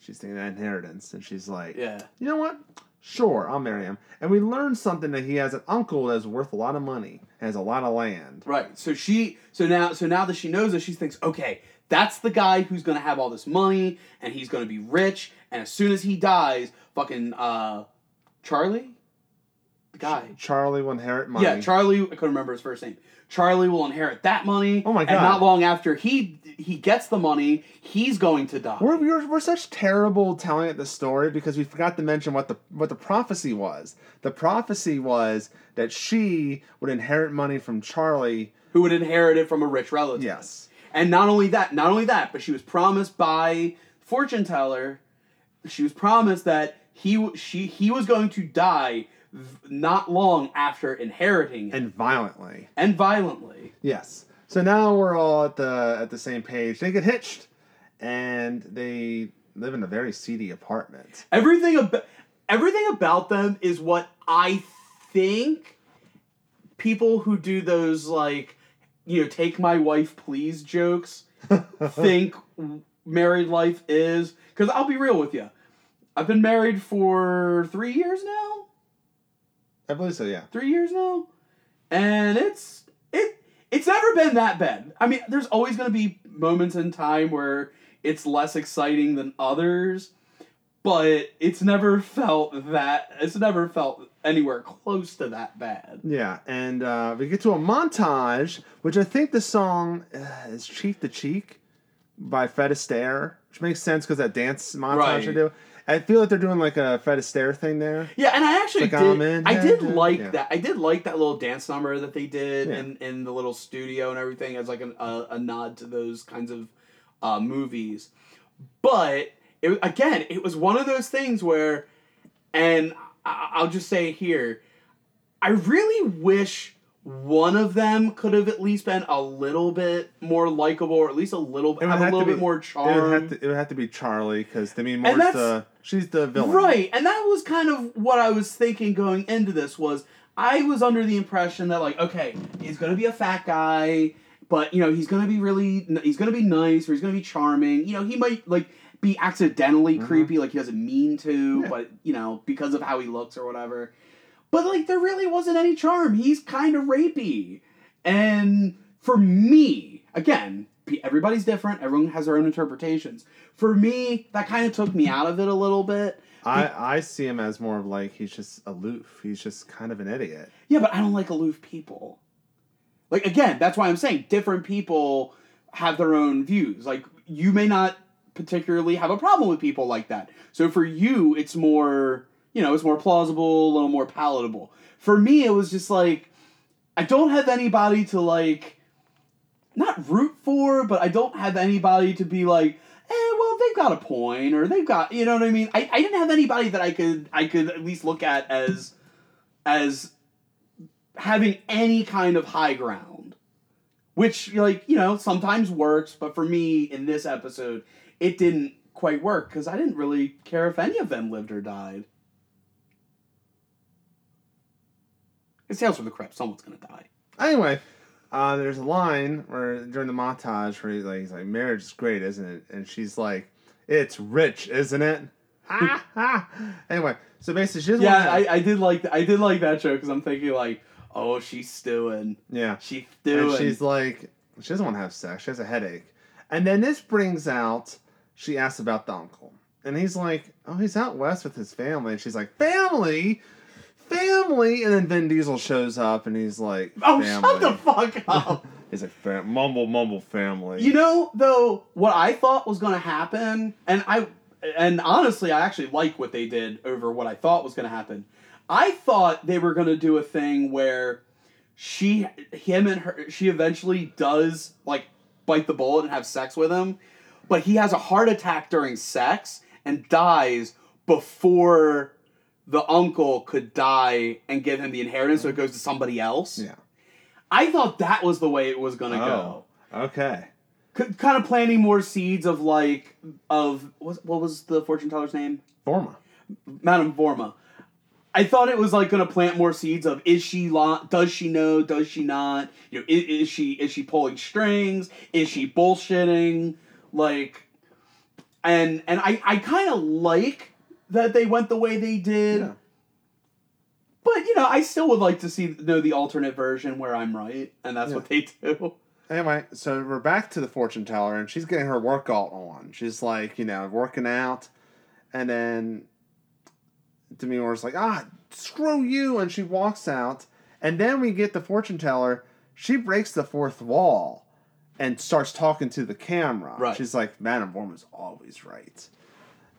she's thinking of inheritance, and she's like, yeah. you know what? Sure, I'll marry him. And we learned something that he has an uncle that's worth a lot of money, has a lot of land. Right. So she. So now. So now that she knows this, she thinks, okay, that's the guy who's gonna have all this money, and he's gonna be rich. And as soon as he dies, fucking uh, Charlie, the guy. Charlie will inherit money. Yeah, Charlie. I couldn't remember his first name. Charlie will inherit that money. Oh my God. And not long after he he gets the money, he's going to die. we're, we're, we're such terrible telling it the story because we forgot to mention what the what the prophecy was. The prophecy was that she would inherit money from Charlie. Who would inherit it from a rich relative? Yes. And not only that, not only that, but she was promised by fortune teller, she was promised that he w- she he was going to die v- not long after inheriting it, and, And violently. violently. Yes. So now we're all at the at the same page. They get hitched and they live in a very seedy apartment. <laughs> Everything about everything about them is what I think people who do those like you know take my wife please jokes think married life is because I'll be real with you. I've been married for three years now. I believe so, yeah. three years now, and it's it it's never been that bad. I mean, there's always going to be moments in time where it's less exciting than others, but it's never felt that it's never felt anywhere close to that bad. Yeah, and uh, we get to a montage, which I think the song uh, is "Cheek to Cheek" by Fred Astaire, which makes sense because that dance montage Right. they do. I feel like they're doing like a Fred Astaire thing there. Yeah, and I actually It's like, I'm did. in I did heaven. like Yeah. that. I did like that little dance number that they did Yeah. in, in the little studio and everything as like an, a, a nod to those kinds of uh, movies. But it again, it was one of those things where, and I, I'll just say it here, I really wish one of them could have at least been a little bit more likable, or at least a little It would have a have to little bit be- more charm. it would have to. It would have to be Charlie because Demi Moore's Um, that's- the she's the villain. Right, and that was kind of what I was thinking going into this was I was under the impression that like okay, he's gonna be a fat guy, but you know he's gonna be really he's gonna be nice or he's gonna be charming. You know he might like be accidentally creepy, like he doesn't mean to, Yeah. but you know because of how he looks or whatever. But like there really wasn't any charm. He's kind of rapey, and for me, again, pe- everybody's different. Everyone has their own interpretations. For me, that kind of took me out of it a little bit. I I see him as more of like he's just aloof. He's just kind of an idiot. Yeah, but I don't like aloof people. Like again, that's why I'm saying different people have their own views. Like you may not particularly have a problem with people like that. So for you, it's more, you know, it's more plausible, a little more palatable. For me, it was just like I don't have anybody to like not root for, but I don't have anybody to be like, eh, well, they've got a point or they've got, you know what I mean? I, I didn't have anybody that I could I could at least look at as as having any kind of high ground. Which like, you know, sometimes works, but for me in this episode, it didn't quite work cuz I didn't really care if any of them lived or died. It's Tales from the Crypt. Someone's gonna die. Anyway, uh, there's a line where during the montage where he's like, he's like, marriage is great, isn't it? <laughs> And she's like, it's rich, isn't it? ah, ah. Anyway, so basically, she doesn't Yeah, want to. I, I did like I did like that show because I'm thinking like, oh, she's stewing, yeah. she's And stewing. she's like, she doesn't want to have sex. She has a headache. And then this brings out, she asks about the uncle. And he's like, oh, he's out west with his family. And she's like, family? Family? And then Vin Diesel shows up and he's like, oh, family. shut the fuck up. He's like, fam- mumble, mumble, family. You know, though, what I thought was going to happen, and I, and honestly, I actually like what they did over what I thought was going to happen. I thought they were going to do a thing where she, him, and her, she eventually does like bite the bullet and have sex with him, but he has a heart attack during sex and dies before the uncle could die and give him the inheritance, so it goes to somebody else. Yeah. I thought that was the way it was going to go Oh, okay. c- kind of planting more seeds of like of what, what was the fortune teller's name Forma. madame vorma i thought it was like going to plant more seeds of is she lo- does she know does she not you know is, is she is she pulling strings is she bullshitting like and and i i kind of like that they went the way they did Yeah. but you know i still would like to see know the alternate version where i'm right and that's Yeah. what they do Anyway, so we're back to the fortune teller, and she's getting her workout on. She's like, you know, working out, and then Demior's like, ah, screw you, and she walks out. And then we get the fortune teller. She breaks the fourth wall and starts talking to the camera. Right. She's like, Madame Vorma's always right.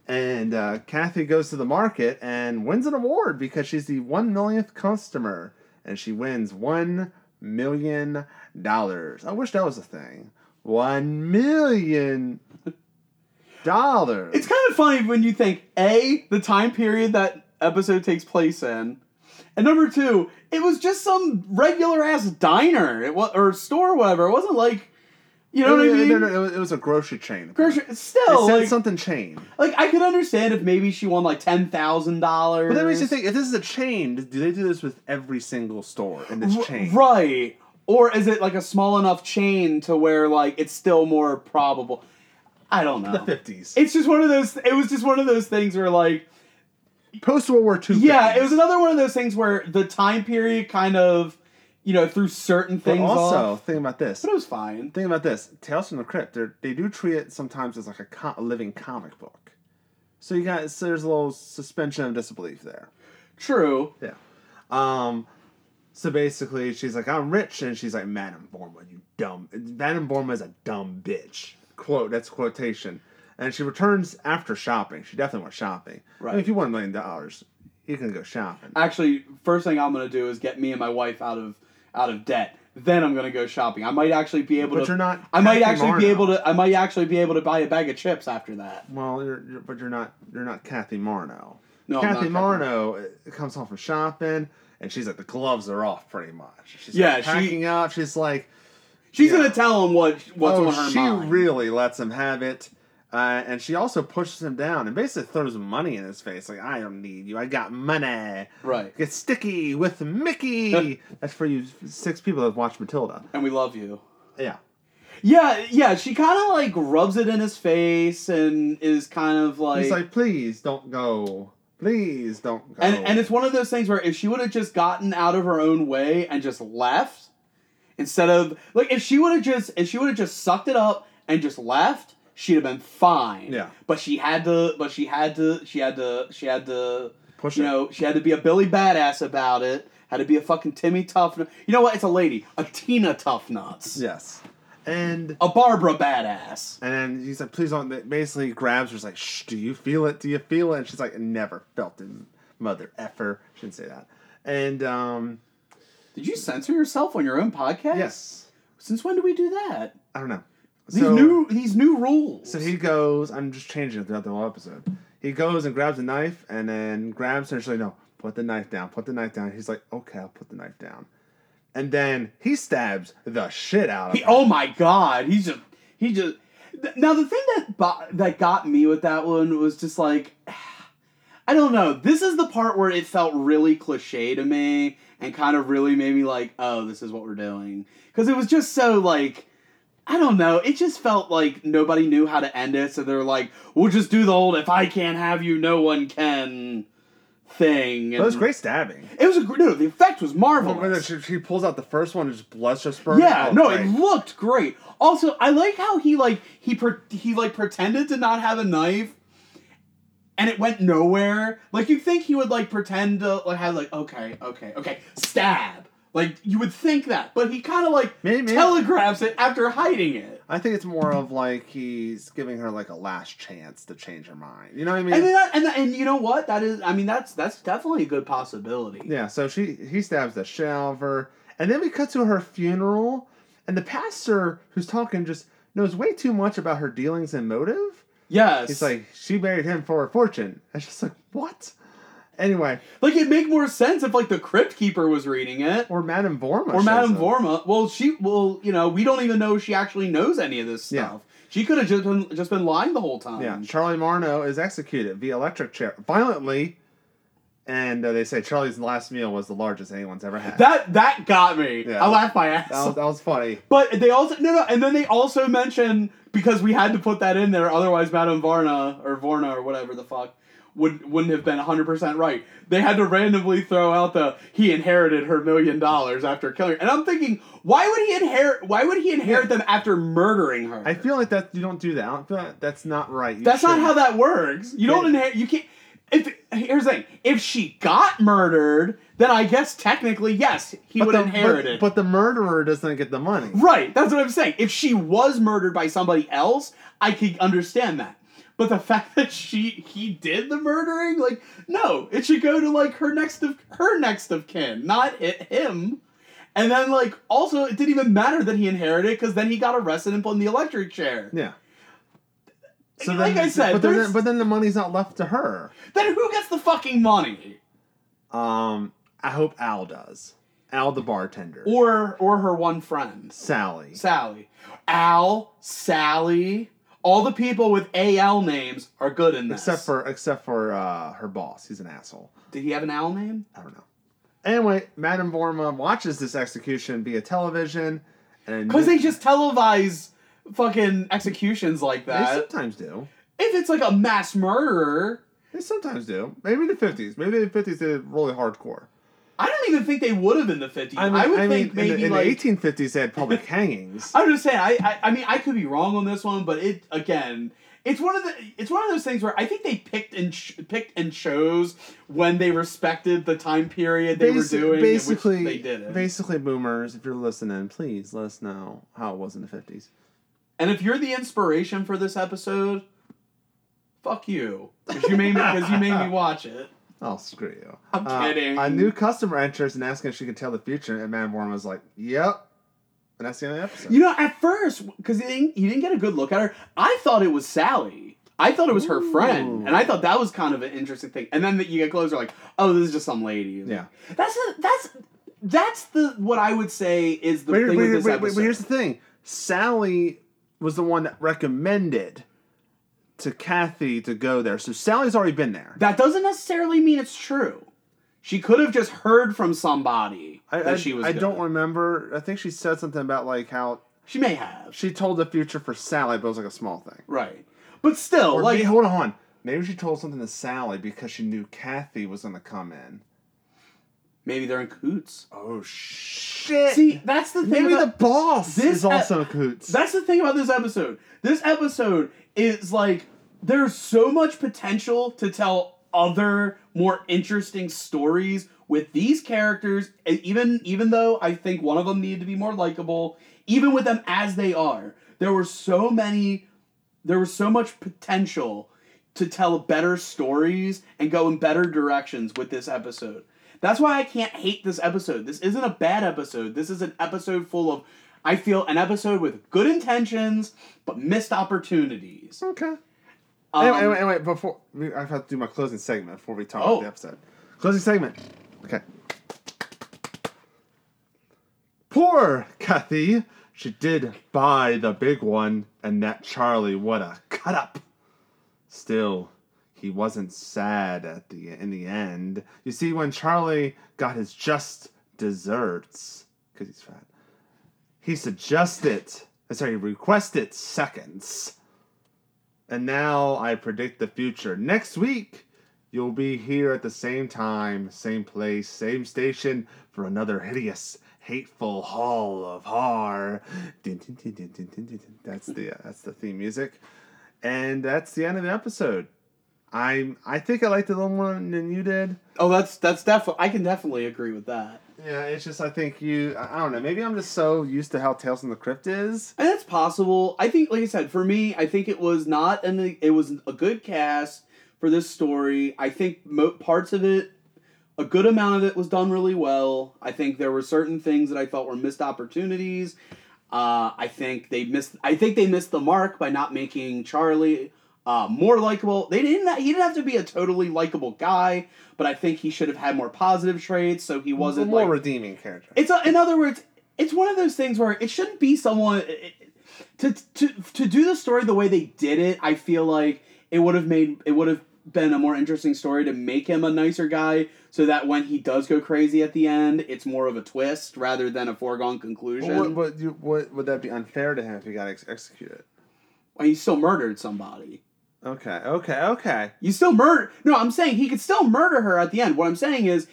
And uh, Kathy goes to the market and wins an award because she's the one millionth customer, and she wins one million dollars. I wish that was a thing. One million dollars. It's kind of funny when you think a the time period that episode takes place in, and number two, it was just some regular ass diner, it was or store, or whatever. It wasn't like, you know what I No, no, mean? no, no, it, was, it was a grocery chain. apparently. Grocery- Still, it said like, something chain. like I could understand if maybe she won like ten thousand dollars. But that makes you think if this is a chain, do they do this with every single store in this chain? right? Or is it like a small enough chain to where like it's still more probable? I don't The know. fifties, It's just one of those. It was just one of those things where like post World War Two. <laughs> Yeah, 50s. it was another one of those things where the time period kind of, you know, threw certain But things also, off. think about this. But it was fine. Think about this. Tales from the Crypt. they're- They do treat it sometimes as like a, co- a living comic book. So you got so there's a little suspension of disbelief there. True. Yeah. Um. So basically, she's like, "I'm rich," and she's like, "Madam Borma, you dumb. Madam Borma is a dumb bitch." Quote. That's quotation. And she returns after shopping. She definitely went shopping. I mean, Right. if you want a million dollars, you can go shopping. Actually, first thing I'm gonna do is get me and my wife out of out of debt. Then I'm gonna go shopping. I might actually be able but to. you're not. I might Kathy actually be Marno. able to. I might actually be able to buy a bag of chips after that. Well, you're, you're, but you're not. You're not Kathy Marno. No, I'm not Kathy Kathy Marno uh, comes home from shopping, and she's like, the gloves are off, pretty much. She's Yeah, like, she- packing up. She's like, She's Yeah. gonna tell him what what's oh, on her she mind. really lets him have it. Uh, and she also pushes him down and basically throws money in his face. Like, I don't need you. I got money. right. Get sticky with <laughs> Mickey. That's for you six people that watch Matilda. And we love you. Yeah. Yeah, yeah. She kind of like rubs it in his face and is kind of He's like, please don't go. Please don't go. And, and it's one of those things where if she would have just gotten out of her own way and just left, instead of like if she would have just if she would have just sucked it up and just left, she'd have been fine. Yeah. But she had to. But she had to. She had to. She had to. push You it. know, she had to be a Billy badass about it. Had to be a fucking Timmy tough. Nut- You know what? It's a lady, a Tina tough nuts, Yes. And a Barbara badass. And then he's like, please don't. They Basically, grabs her. He's like, shh, do you feel it? Do you feel it? And she's like, never felt it, mother effer. Shouldn't say that. And, um, Did you censor yourself on your own podcast? yes. Since when do we do that? I don't know. These new these new rules. So he goes, I'm just changing it throughout the whole episode. He goes and grabs a knife and then grabs her. She's like, no, put the knife down, put the knife down. He's like, okay, I'll put the knife down. And then he stabs the shit out of He, her. oh my god, he's just he just. th- Now the thing that bo- that got me with that one was just like, <sighs> I don't know. This is the part where it felt really cliche to me and kind of really made me like, oh, this is what we're doing because it was just so like I don't know. It just felt like nobody knew how to end it, so they're like, "We'll just do the old if I can't have you, no one can." Thing. That was and- great stabbing. It was a gr- no. The effect was marvelous. Whether Oh, she, she pulls out the first one, and just blood just spurting. Yeah, out, no, like, it looked great. Also, I like how he like he pre- he like pretended to not have a knife, and it went nowhere. Like you think he would like pretend to like have like okay, okay, okay, stab. Like you would think that, but he kind of like Maybe- maybe- telegraphs it after hiding it. I think it's more of like he's giving her like a last chance to change her mind. You know what I mean? And then that, and that, and you know what? That is, I mean, that's that's definitely a good possibility. Yeah, so she he stabs the shit out of her, and then we cut to her funeral, and the pastor who's talking just knows way too much about her dealings and motive. Yes, He's like, she married him for a fortune. <laughs> And she's like, what? Anyway, like it make more sense if like the crypt keeper was reading it. or Madame Vorma. or shows Madame up. Vorma. Well, she well, you know, we don't even know if she actually knows any of this Yeah. stuff. She could have just been just been lying the whole time. Yeah, Charlie Marno is executed via electric chair violently, and uh, they say Charlie's last meal was the largest anyone's ever had. That that got me. Yeah. I laughed my ass. that was, off. that was funny. But they also no no, and then they also mention because we had to put that in there, otherwise Madame Varna or Vorna or whatever the fuck would wouldn't have been hundred percent right. They had to randomly throw out the he inherited her million dollars after killing her, and I'm thinking why would he inherit? Why would he inherit them after murdering her? I feel like that you don't do that. I don't feel like that's not right. You That's not shouldn't. how that works. You don't Yeah. inherit. You can't. If here's the thing, if she got murdered, then I guess technically yes, he would the, inherit it. But the murderer doesn't get the money. right, that's what I'm saying. If she was murdered by somebody else, I could understand that. But the <laughs> fact that she he did the murdering, like no, it should go to like her next of her next of kin, not it, him. And then like also, it didn't even matter that he inherited because then he got arrested and put in the electric chair. Yeah. Like I said, but then, there's- but then the money's not left to her. Then who gets the fucking money? Um, I hope Al does. Al, the bartender, or or her one friend Sally. sally al sally all the people with al names are good in this Except for except for uh, her boss, he's an asshole. did he have an al name I don't know. Anyway, Madame Vorma watches this execution via television, and because they just televise fucking executions like they that sometimes do. if it's like a mass murderer They sometimes do. Maybe in the fifties. Maybe in the fifties they did really hardcore. i don't even think they would have in the 50s i, would think in the- maybe in the like eighteen fifties they had public <laughs> hangings. I'm just saying. I, I I mean, I could be wrong on this one, but it again, it's one of the it's one of those things where I think they picked and sh- picked and chose when they respected the time period they Basi- were doing. in which basically they did it. basically boomers if you're listening please let us know how it was in the 50s and if you're the inspiration for this episode, fuck you, because you made because you made me watch it. oh screw you I'm kidding. a new customer enters and asks if she can tell the future and man Warren was like yep and that's the end of the episode You know, at first, because you didn't, you didn't get a good look at her, I thought it was Sally. I thought it was her friend, Ooh. and I thought that was kind of an interesting thing. And then you get closer, like, oh, this is just some lady. yeah That's a, that's that's the what I would say is the but, here- thing but with here- this but- but- but episode. here's the thing sally was the one that recommended to kathy to go there so sally's already been there that doesn't necessarily mean it's true. She could have just heard from somebody I, that I, she was. I good. don't remember i think she said something about like how She may have. she told the future for sally but it was like a small thing Right, but still, Or like may- hold on. Maybe she told something to Sally because she knew Kathy was gonna come in. maybe they're in coots. Oh shit! See, that's the thing. maybe about- the boss this is also a coots. That's the thing about this episode. This episode is like there's so much potential to tell other more interesting stories with these characters and even even though I think one of them needed to be more likable, even with them as they are. There were so many there was so much potential to tell better stories and go in better directions with this episode. That's why I can't hate this episode. This isn't a bad episode. This is an episode full of, I feel, an episode with good intentions but missed opportunities. okay. Um, anyway, anyway, anyway, before we- I have to do my closing segment before we talk Oh. about the episode. Closing segment. Okay. Poor Kathy. She did buy the big one, and that Charlie, what a cut up. Still, he wasn't sad at the in the end. You see, when Charlie got his just desserts, because he's fat, he suggested sorry, requested seconds. And now I predict the future. Next week, you'll be here at the same time, same place, same station for another hideous, hateful hall of horror. Dun, dun, dun, dun, dun, dun, dun, dun. That's the uh, that's the theme music, and that's the end of the episode. I I think I liked it a little more than you did. Oh, that's that's definitely. I can definitely agree with that. Yeah, it's just I think you I I don't know. Maybe I'm just so used to how Tales from the Crypt is. And that's possible. I think, like I said, for me, I think it was not an. It was a good cast for this story. I think mo- parts of it, a good amount of it, was done really well. I think there were certain things that I thought were missed opportunities. Uh, I think they missed. I think they missed the mark by not making Charlie uh, more likable. They didn't. He didn't have to be a totally likable guy, but I think he should have had more positive traits. So he wasn't more like, redeeming character. it's a, in other words, it's one of those things where it shouldn't be someone it- it- to to to do the story the way they did it. I feel like it would have made it would have been a more interesting story to make him a nicer guy, so that when he does go crazy at the end, it's more of a twist rather than a foregone conclusion. What, what, you, what would that be unfair to him if he got ex- executed? Well, he still murdered somebody. Okay, okay, okay. You still murder. No, I'm saying he could still murder her at the end. What I'm saying is,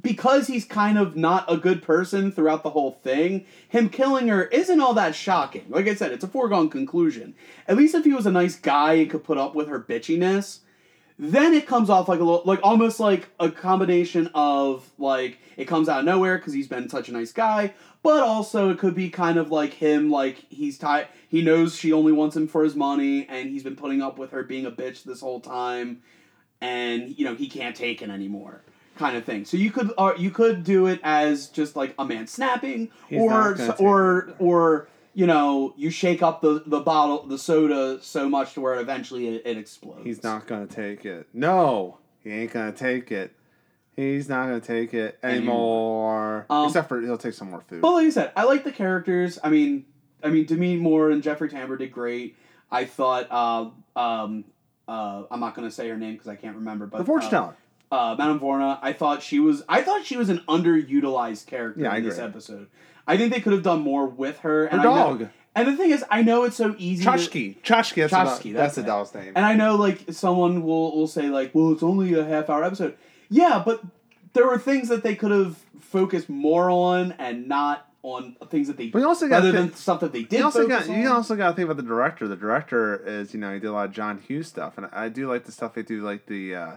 because he's kind of not a good person throughout the whole thing, him killing her isn't all that shocking. Like I said, it's a foregone conclusion. At least if he was a nice guy and could put up with her bitchiness, then it comes off like a little, like almost like a combination of like it comes out of nowhere because he's been such a nice guy, but also it could be kind of like him, like he's tied, he knows she only wants him for his money, and he's been putting up with her being a bitch this whole time, and you know he can't take it anymore, kind of thing. So you could uh, you could do it as just like a man snapping, He's or not gonna take or or you know you shake up the the bottle the soda so much to where eventually it, it explodes. He's not gonna take it. No, he ain't gonna take it. He's not gonna take it anymore. Um, Except for he'll take some more food. But like I said, I like the characters. I mean, I mean, Demi Moore and Jeffrey Tambor did great. I thought, uh, um, uh, I'm not gonna say her name because I can't remember. But the fortune uh, teller. uh, Madame Vorna, I thought she was I thought she was an underutilized character Yeah, I in this agree. episode. I think they could have done more with her. Her And I know- dog. and the thing is, I know it's so easy. to- Chashki. Chashki. That's, the, Chashki, dog- that's that's the it. doll's name. and I know like someone will will say like, well, it's only a half hour episode. Yeah, but there were things that they could have focused more on and not on things that they But you also got rather to than stuff that they did. you also focus got you on. also got to think about the director. The director is you know he did a lot of John Hughes stuff, and I do like the stuff they do, like the uh,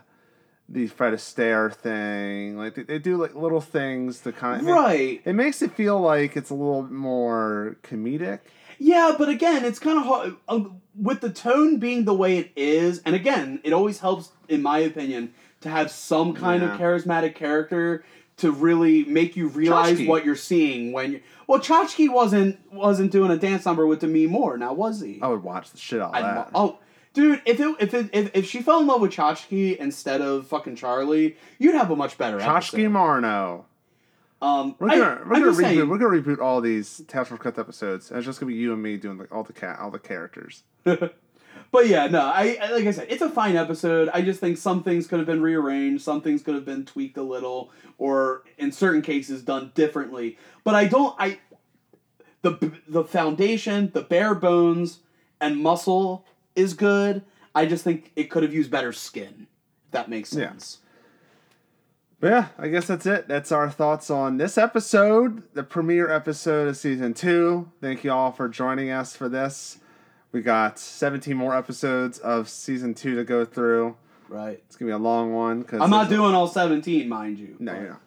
the Fred Astaire thing. Like they, they do like little things to kind of right. It makes it feel like it's a little more comedic. Yeah, but again, it's kind of hard um, with the tone being the way it is. And again, it always helps, in my opinion, to have some kind Yeah. of charismatic character to really make you realize Tchotchke. what you're seeing when you well Chachki wasn't wasn't doing a dance number with Demi Moore now was he I would watch the shit out I of lo- that. oh, dude, if it if it if, if she fell in love with Chachki instead of fucking Charlie, you'd have a much better Chashki episode. Marno. Um, We're I- gonna we're I'm gonna reboot just saying- we're gonna reboot all these Tales from Crypt episodes. And it's just gonna be you and me doing like all the cat all the characters. But yeah, no, I I- like I said, it's a fine episode. I just think some things could have been rearranged, some things could have been tweaked a little, or in certain cases done differently. But I don't. I the the foundation, the bare bones, and muscle is good. I just think it could have used better skin. If that makes Yeah. sense. But yeah, I guess that's it. That's our thoughts on this episode, the premiere episode of season two. Thank you all for joining us for this. We got 17 more episodes of season two to go through. Right. It's gonna be a long one because I'm not doing all 17, mind you. No, you're not.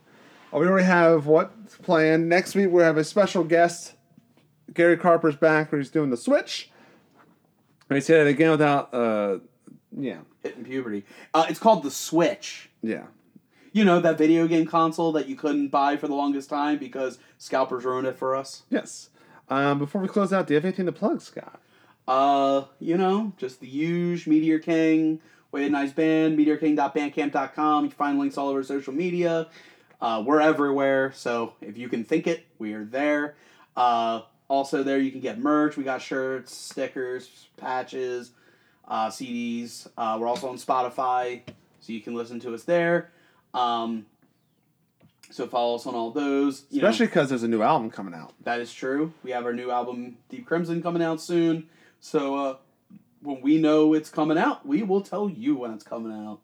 Oh, we already have what planned. Next week we have a special guest. Gary Carper's back where he's doing the switch. Let me say that again without uh yeah. Hitting puberty. Uh, it's called the Switch. Yeah. You know that video game console that you couldn't buy for the longest time because scalpers ruined it for us. Yes. Um, before we close out, do you have anything to plug, Scott? Uh, you know, just the huge Meteor King, Way a Nice Band, meteorking.bandcamp.com. You can find links all over social media. Uh, we're everywhere, so if you can think it, we are there. Uh, also there you can get merch. We got shirts, stickers, patches, uh, CDs. Uh, we're also on Spotify, so you can listen to us there. Um, So follow us on all those. you know. Especially because there's a new album coming out. That is true. We have our new album, Deep Crimson, coming out soon. So uh, when we know it's coming out, we will tell you when it's coming out.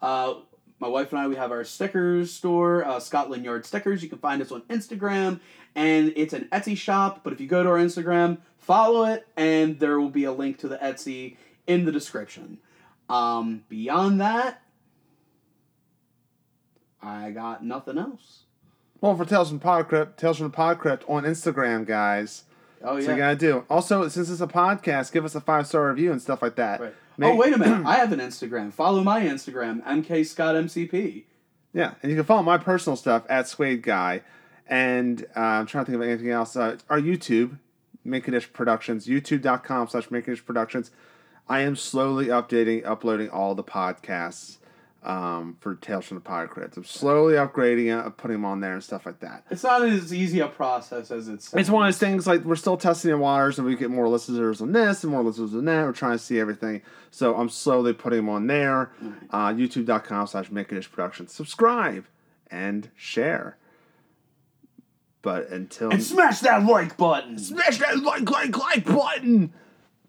Uh, my wife and I, we have our stickers store, uh, Scotland Yard Stickers. You can find us on Instagram, and it's an Etsy shop. But if you go to our Instagram, follow it, and there will be a link to the Etsy in the description. Um, beyond that, I got nothing else. Well, for Tales from Pod Crypt, Tales from the Pod Crypt on Instagram, guys. Oh yeah. So you gotta do. Also, since it's a podcast, give us a five star review and stuff like that. Right. Make- oh wait a minute! I have an Instagram. Follow my Instagram, MK Scott MCP. Yeah, and you can follow my personal stuff at Suede Guy, and uh, I'm trying to think of anything else. Uh, our YouTube, Minkadish Productions, youtube.com slash Minkadish Productions. I am slowly updating, uploading all the podcasts um, for Tales from the Pod Crypt. I'm slowly upgrading it, putting them on there and stuff like that. It's not as easy a process as it sounds. It's one of those things like we're still testing the waters, and we get more listeners on this and more listeners on that. We're trying to see everything, so I'm slowly putting them on there. Uh, YouTube.com/slash Minkadish Productions. Subscribe and share. But until And smash that like button. smash that like like like button.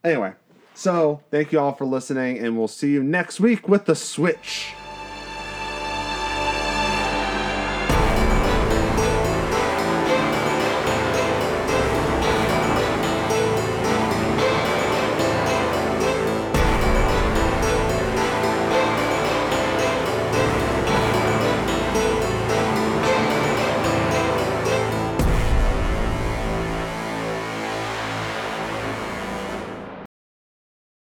Anyway, so thank you all for listening, and we'll see you next week with the switch.